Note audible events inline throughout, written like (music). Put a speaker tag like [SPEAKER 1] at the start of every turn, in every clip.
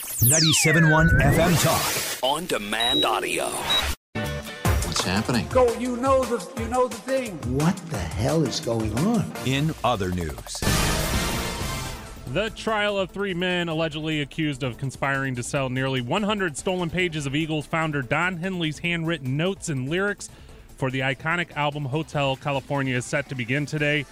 [SPEAKER 1] 97.1 FM Talk.
[SPEAKER 2] On demand audio.
[SPEAKER 3] What's happening?
[SPEAKER 4] Go, you know the you know the thing.
[SPEAKER 5] What the hell is going on?
[SPEAKER 1] In other news.
[SPEAKER 6] The trial of three men allegedly accused of conspiring to sell nearly 100 stolen pages of Eagles founder Don Henley's handwritten notes and lyrics for the iconic album Hotel California is set to begin today.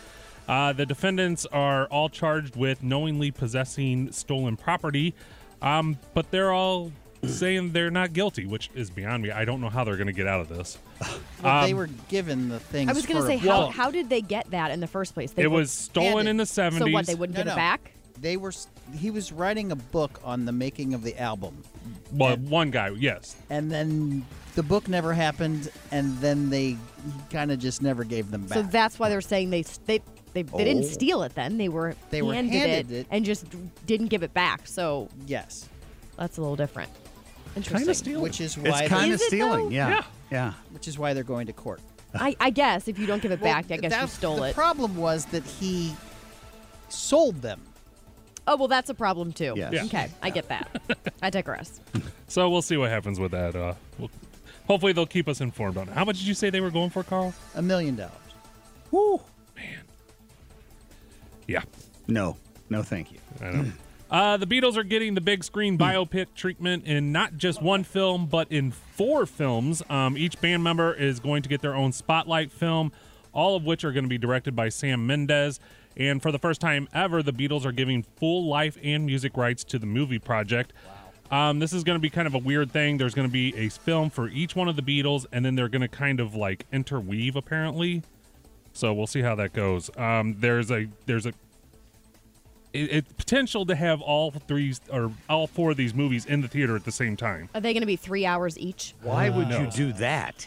[SPEAKER 6] Uh, the defendants are all charged with knowingly possessing stolen property, um, but they're all saying they're not guilty, which is beyond me. I don't know how they're going to get out of this.
[SPEAKER 7] Well, um, they were given the things.
[SPEAKER 8] I was going to say, how, how did they get that in the first place? They
[SPEAKER 6] it was stolen in the 70s.
[SPEAKER 8] So what, they wouldn't
[SPEAKER 7] No,
[SPEAKER 8] give it
[SPEAKER 7] no.
[SPEAKER 8] back?
[SPEAKER 7] they were he was writing a book on the making of the album
[SPEAKER 6] Well, one guy, yes.
[SPEAKER 7] and then the book never happened and then they kind of just never gave them back
[SPEAKER 8] So that's why they're saying they they they, they didn't steal it then. They were
[SPEAKER 7] They were
[SPEAKER 8] handed,
[SPEAKER 7] handed
[SPEAKER 8] it,
[SPEAKER 7] it.
[SPEAKER 8] and just didn't give it back. So
[SPEAKER 7] yes
[SPEAKER 8] that's a little different. Interesting.
[SPEAKER 9] Kind of stealing.
[SPEAKER 7] which is
[SPEAKER 9] It's
[SPEAKER 7] why
[SPEAKER 9] kind of
[SPEAKER 8] Is it,
[SPEAKER 9] stealing.
[SPEAKER 8] though?
[SPEAKER 9] Yeah. yeah.
[SPEAKER 7] which is why they're going to court
[SPEAKER 8] I, I guess if you don't give it back, I guess you
[SPEAKER 7] That's-
[SPEAKER 8] stole
[SPEAKER 7] the
[SPEAKER 8] it.
[SPEAKER 7] problem was that he sold them
[SPEAKER 8] oh well, that's a problem too.
[SPEAKER 9] Yes. Yeah.
[SPEAKER 8] Okay, I get that. I digress.
[SPEAKER 6] So we'll see what happens with that. Uh, we'll, hopefully, they'll keep us informed on it. How much did you say they were going for, Carl?
[SPEAKER 7] a million dollars
[SPEAKER 9] Woo.
[SPEAKER 6] Yeah.
[SPEAKER 9] No. No, thank you.
[SPEAKER 6] I know. Uh, the Beatles are getting the big screen biopic treatment in not just one film, but in four films. Um, each band member is going to get their own spotlight film, all of which are going to be directed by Sam Mendes. And for the first time ever, the Beatles are giving full life and music rights to the movie project. Um, this is going to be kind of a weird thing. There's going to be a film for each one of the Beatles, and then they're going to kind of like interweave, apparently. So we'll see how that goes. Um, there's a there's a it, it potential to have all three or all four of these movies in the theater at the same time.
[SPEAKER 8] Are they going to be three hours each?
[SPEAKER 9] Why would you do that?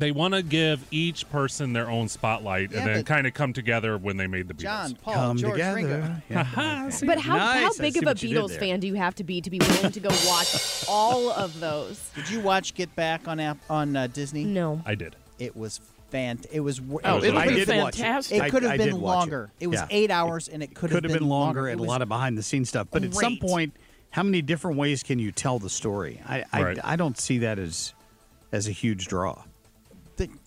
[SPEAKER 6] They want to give each person their own spotlight
[SPEAKER 7] Yeah,
[SPEAKER 6] and then
[SPEAKER 7] but-
[SPEAKER 6] kind of come together when they made the Beatles.
[SPEAKER 7] john paul
[SPEAKER 9] Come
[SPEAKER 7] george
[SPEAKER 9] together.
[SPEAKER 7] ringo
[SPEAKER 9] Yeah. (laughs)
[SPEAKER 8] But how, how
[SPEAKER 9] Nice, I
[SPEAKER 8] big
[SPEAKER 9] see
[SPEAKER 8] of a
[SPEAKER 9] what you did
[SPEAKER 8] Beatles
[SPEAKER 9] there.
[SPEAKER 8] fan do you have to be to be willing to go watch all of those?
[SPEAKER 7] did you watch get back on app on uh, disney
[SPEAKER 8] No.
[SPEAKER 6] I did.
[SPEAKER 7] it was fant it was wor-
[SPEAKER 6] Oh,
[SPEAKER 7] it was
[SPEAKER 6] it'll
[SPEAKER 9] I
[SPEAKER 6] be
[SPEAKER 9] did
[SPEAKER 7] It,
[SPEAKER 9] Watch it. I-
[SPEAKER 7] could have
[SPEAKER 9] I did
[SPEAKER 7] been
[SPEAKER 9] watch
[SPEAKER 7] longer. It, was
[SPEAKER 9] Yeah.
[SPEAKER 7] eight hours, and it could have been,
[SPEAKER 9] longer and
[SPEAKER 7] It
[SPEAKER 9] a lot
[SPEAKER 7] was-
[SPEAKER 9] of behind the scenes stuff. But at some
[SPEAKER 7] great.
[SPEAKER 9] point, how many different ways can you tell the story? I I,
[SPEAKER 6] Right.
[SPEAKER 9] I don't see that as as a huge draw.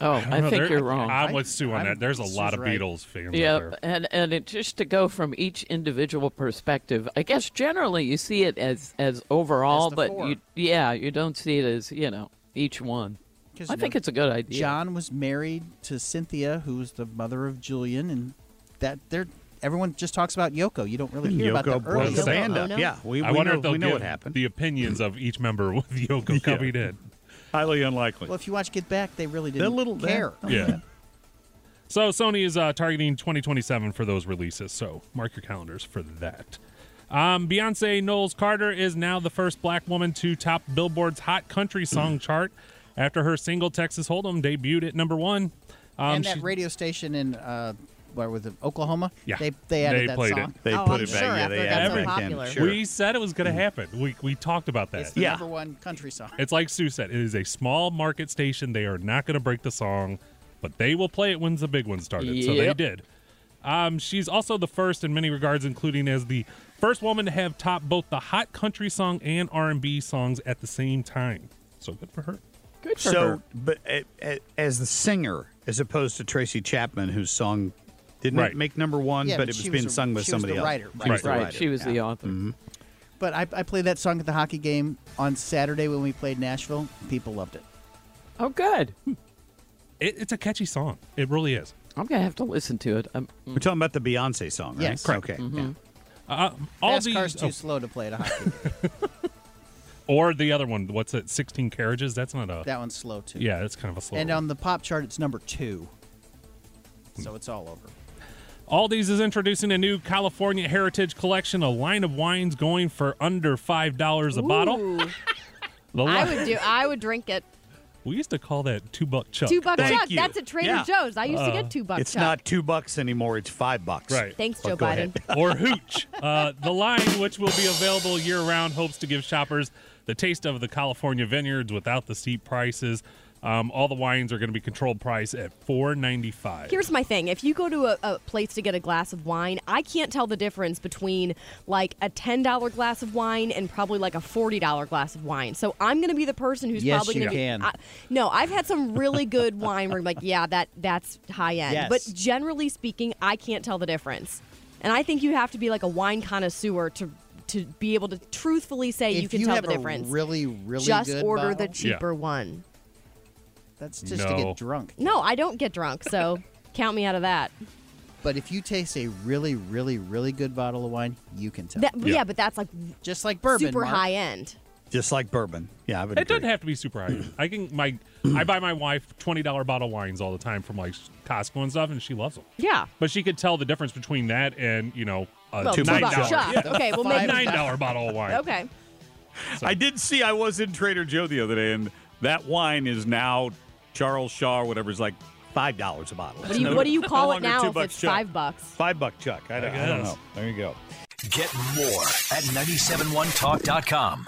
[SPEAKER 10] Oh, I,
[SPEAKER 6] don't know,
[SPEAKER 10] think
[SPEAKER 6] there-
[SPEAKER 10] you're wrong.
[SPEAKER 6] I'm with Sue on
[SPEAKER 7] I-
[SPEAKER 6] that. There's a
[SPEAKER 7] Sue's
[SPEAKER 6] lot of
[SPEAKER 7] right.
[SPEAKER 6] Beatles fans out
[SPEAKER 10] yeah,
[SPEAKER 6] there.
[SPEAKER 10] and and it just to go from each individual perspective. I guess generally you see it as as overall,
[SPEAKER 7] As the
[SPEAKER 10] but
[SPEAKER 7] four.
[SPEAKER 10] you yeah you don't see it as you know each one.
[SPEAKER 7] 'Cause,
[SPEAKER 10] I
[SPEAKER 7] you know,
[SPEAKER 10] think it's a good idea.
[SPEAKER 7] John was married to Cynthia, who's the mother of Julian, and that they're everyone just talks about Yoko. You don't really
[SPEAKER 9] And
[SPEAKER 7] hear about
[SPEAKER 9] Yoko
[SPEAKER 7] the early
[SPEAKER 9] broke the
[SPEAKER 8] Yoko
[SPEAKER 7] stuff.
[SPEAKER 9] band up.
[SPEAKER 8] Ono?
[SPEAKER 9] Yeah, we, we
[SPEAKER 6] I wonder
[SPEAKER 9] know,
[SPEAKER 6] if they'll
[SPEAKER 9] we know
[SPEAKER 6] give
[SPEAKER 9] what happened.
[SPEAKER 6] the opinions of (laughs) each member with Yoko coming in.
[SPEAKER 9] Highly unlikely.
[SPEAKER 7] Well, if you watch Get Back, they really
[SPEAKER 9] They're
[SPEAKER 7] didn't
[SPEAKER 9] little- um,
[SPEAKER 7] care.
[SPEAKER 9] they're-
[SPEAKER 6] Yeah. So Sony is uh, targeting 2027 for those releases. So mark your calendars for that. Um, Beyonce Knowles Carter is now the first black woman to top Billboard's Hot Country Song
[SPEAKER 7] Mm.
[SPEAKER 6] chart after her single Texas Hold'em debuted at number one. Um,
[SPEAKER 7] and that
[SPEAKER 6] she-
[SPEAKER 7] radio station in uh, where was it, Oklahoma?
[SPEAKER 6] Yeah.
[SPEAKER 7] They they
[SPEAKER 6] They
[SPEAKER 7] added that
[SPEAKER 6] played it.
[SPEAKER 7] song.
[SPEAKER 9] They
[SPEAKER 8] Oh,
[SPEAKER 9] put
[SPEAKER 8] I'm
[SPEAKER 9] it back.
[SPEAKER 8] sure
[SPEAKER 9] yeah,
[SPEAKER 8] after
[SPEAKER 9] they
[SPEAKER 8] it
[SPEAKER 9] added
[SPEAKER 6] got so
[SPEAKER 9] it back in.
[SPEAKER 8] popular.
[SPEAKER 9] Sure.
[SPEAKER 6] We said it was going to happen. We we talked about
[SPEAKER 7] Mm. It's
[SPEAKER 6] that.
[SPEAKER 7] the
[SPEAKER 9] Yeah.
[SPEAKER 7] number one country song.
[SPEAKER 6] It's like Sue said. It is a small market station. They are not going to break the song, but they will play it when the big one started. So they
[SPEAKER 10] Yep.
[SPEAKER 6] did. Um, she's also the first in many regards, including as the first woman to have topped both the hot country song and R&B songs at the same time. So good for her.
[SPEAKER 10] Good for
[SPEAKER 9] So,
[SPEAKER 10] her.
[SPEAKER 9] but a- a- as the singer, as opposed to Tracy Chapman, whose song didn't
[SPEAKER 6] Right.
[SPEAKER 9] make number one,
[SPEAKER 7] Yeah,
[SPEAKER 9] but it
[SPEAKER 7] but
[SPEAKER 9] was
[SPEAKER 7] she
[SPEAKER 9] being
[SPEAKER 7] was a-
[SPEAKER 9] sung by
[SPEAKER 7] she was
[SPEAKER 9] somebody
[SPEAKER 7] the
[SPEAKER 9] else.
[SPEAKER 7] writer,
[SPEAKER 9] She was
[SPEAKER 7] right.
[SPEAKER 9] the
[SPEAKER 10] Right,
[SPEAKER 9] writer.
[SPEAKER 10] she was
[SPEAKER 9] Yeah.
[SPEAKER 10] the author.
[SPEAKER 7] But I, I played that song at the hockey game on Saturday when we played Nashville. People loved it.
[SPEAKER 10] Oh, good.
[SPEAKER 6] It, it's a catchy song. It really is.
[SPEAKER 10] I'm gonna have to listen to it. Um,
[SPEAKER 9] We're talking about the Beyonce song, right?
[SPEAKER 7] Yes.
[SPEAKER 9] Correct. Okay.
[SPEAKER 7] Mhm.
[SPEAKER 9] yeah.
[SPEAKER 6] Uh, all
[SPEAKER 7] Fast
[SPEAKER 6] these,
[SPEAKER 7] car's too
[SPEAKER 6] oh,
[SPEAKER 7] slow to play at a hockey. game.
[SPEAKER 6] or the other one. What's it? Sixteen carriages. That's not a.
[SPEAKER 7] that one's slow too.
[SPEAKER 6] Yeah, that's kind of a slow.
[SPEAKER 7] And
[SPEAKER 6] one.
[SPEAKER 7] on the pop chart, it's number two. So it's all over.
[SPEAKER 6] Aldi's is introducing a new California Heritage Collection, a line of wines going for under five dollars a bottle.
[SPEAKER 8] Ooh.
[SPEAKER 6] The
[SPEAKER 8] I
[SPEAKER 6] li-
[SPEAKER 8] would do. I would
[SPEAKER 9] (laughs)
[SPEAKER 8] drink it.
[SPEAKER 6] We used to call that two buck chuck.
[SPEAKER 8] Two buck
[SPEAKER 9] Thank
[SPEAKER 8] chuck.
[SPEAKER 9] you.
[SPEAKER 8] That's at Trader
[SPEAKER 9] Yeah.
[SPEAKER 8] Joe's. I used to
[SPEAKER 6] Uh,
[SPEAKER 8] get two buck
[SPEAKER 9] It's
[SPEAKER 8] chuck.
[SPEAKER 9] not two bucks anymore. It's five bucks.
[SPEAKER 6] Right.
[SPEAKER 8] Thanks,
[SPEAKER 9] But
[SPEAKER 8] Joe
[SPEAKER 9] go
[SPEAKER 8] Biden. (laughs)
[SPEAKER 9] ahead.
[SPEAKER 6] or hooch. Uh, the line, which will be available year round, hopes to give shoppers the taste of the California vineyards without the steep prices. Um, all the wines are going to be controlled price at four ninety five.
[SPEAKER 8] Here's my thing. If you go to a, a place to get a glass of wine, I can't tell the difference between like a $10 glass of wine and probably like a $40 glass of wine. So I'm going to be the person who's
[SPEAKER 7] Yes,
[SPEAKER 8] probably
[SPEAKER 7] you
[SPEAKER 8] going to be
[SPEAKER 7] can.
[SPEAKER 8] I- No, I've had some really good wine where I'm like, yeah, that that's high end.
[SPEAKER 7] Yes.
[SPEAKER 8] But generally speaking, I can't tell the difference. And I think you have to be like a wine connoisseur to to be able to truthfully say
[SPEAKER 7] if
[SPEAKER 8] you can
[SPEAKER 7] you
[SPEAKER 8] tell
[SPEAKER 7] have
[SPEAKER 8] the difference.
[SPEAKER 7] a really, really
[SPEAKER 8] Just
[SPEAKER 7] good
[SPEAKER 8] order
[SPEAKER 7] bottle,
[SPEAKER 8] the cheaper one.
[SPEAKER 7] That's just to
[SPEAKER 6] No.
[SPEAKER 7] get drunk.
[SPEAKER 8] No, I don't get
[SPEAKER 7] (laughs)
[SPEAKER 8] drunk, so count me out of that.
[SPEAKER 7] But if you taste a really, really, really good bottle of wine, you can tell.
[SPEAKER 8] That, yeah. but that's like
[SPEAKER 7] just like bourbon,
[SPEAKER 8] super
[SPEAKER 7] Mark.
[SPEAKER 8] high end.
[SPEAKER 9] Just like bourbon. Yeah, I would
[SPEAKER 6] It
[SPEAKER 9] agree.
[SPEAKER 6] doesn't have to be super high. I can my I buy my wife twenty dollar bottle wines all the time from like Costco and stuff, and she loves them.
[SPEAKER 8] Yeah.
[SPEAKER 6] But she could tell the difference between that and you know a
[SPEAKER 8] Well,
[SPEAKER 6] two
[SPEAKER 8] Uh, two
[SPEAKER 6] nine
[SPEAKER 8] buck
[SPEAKER 6] dollar
[SPEAKER 8] shop. Okay, well,
[SPEAKER 6] (laughs)
[SPEAKER 8] maybe-
[SPEAKER 6] nine dollar bottle of wine.
[SPEAKER 8] Okay.
[SPEAKER 2] I did see. I was in Trader Joe the other day, and that wine is now Charles Shaw, whatever's like five dollars a bottle.
[SPEAKER 8] What do you, what do you call it now if it's five bucks?
[SPEAKER 2] Five buck chuck.
[SPEAKER 9] I don't, I don't know.
[SPEAKER 2] There you go.
[SPEAKER 1] Get more at 971talk.com.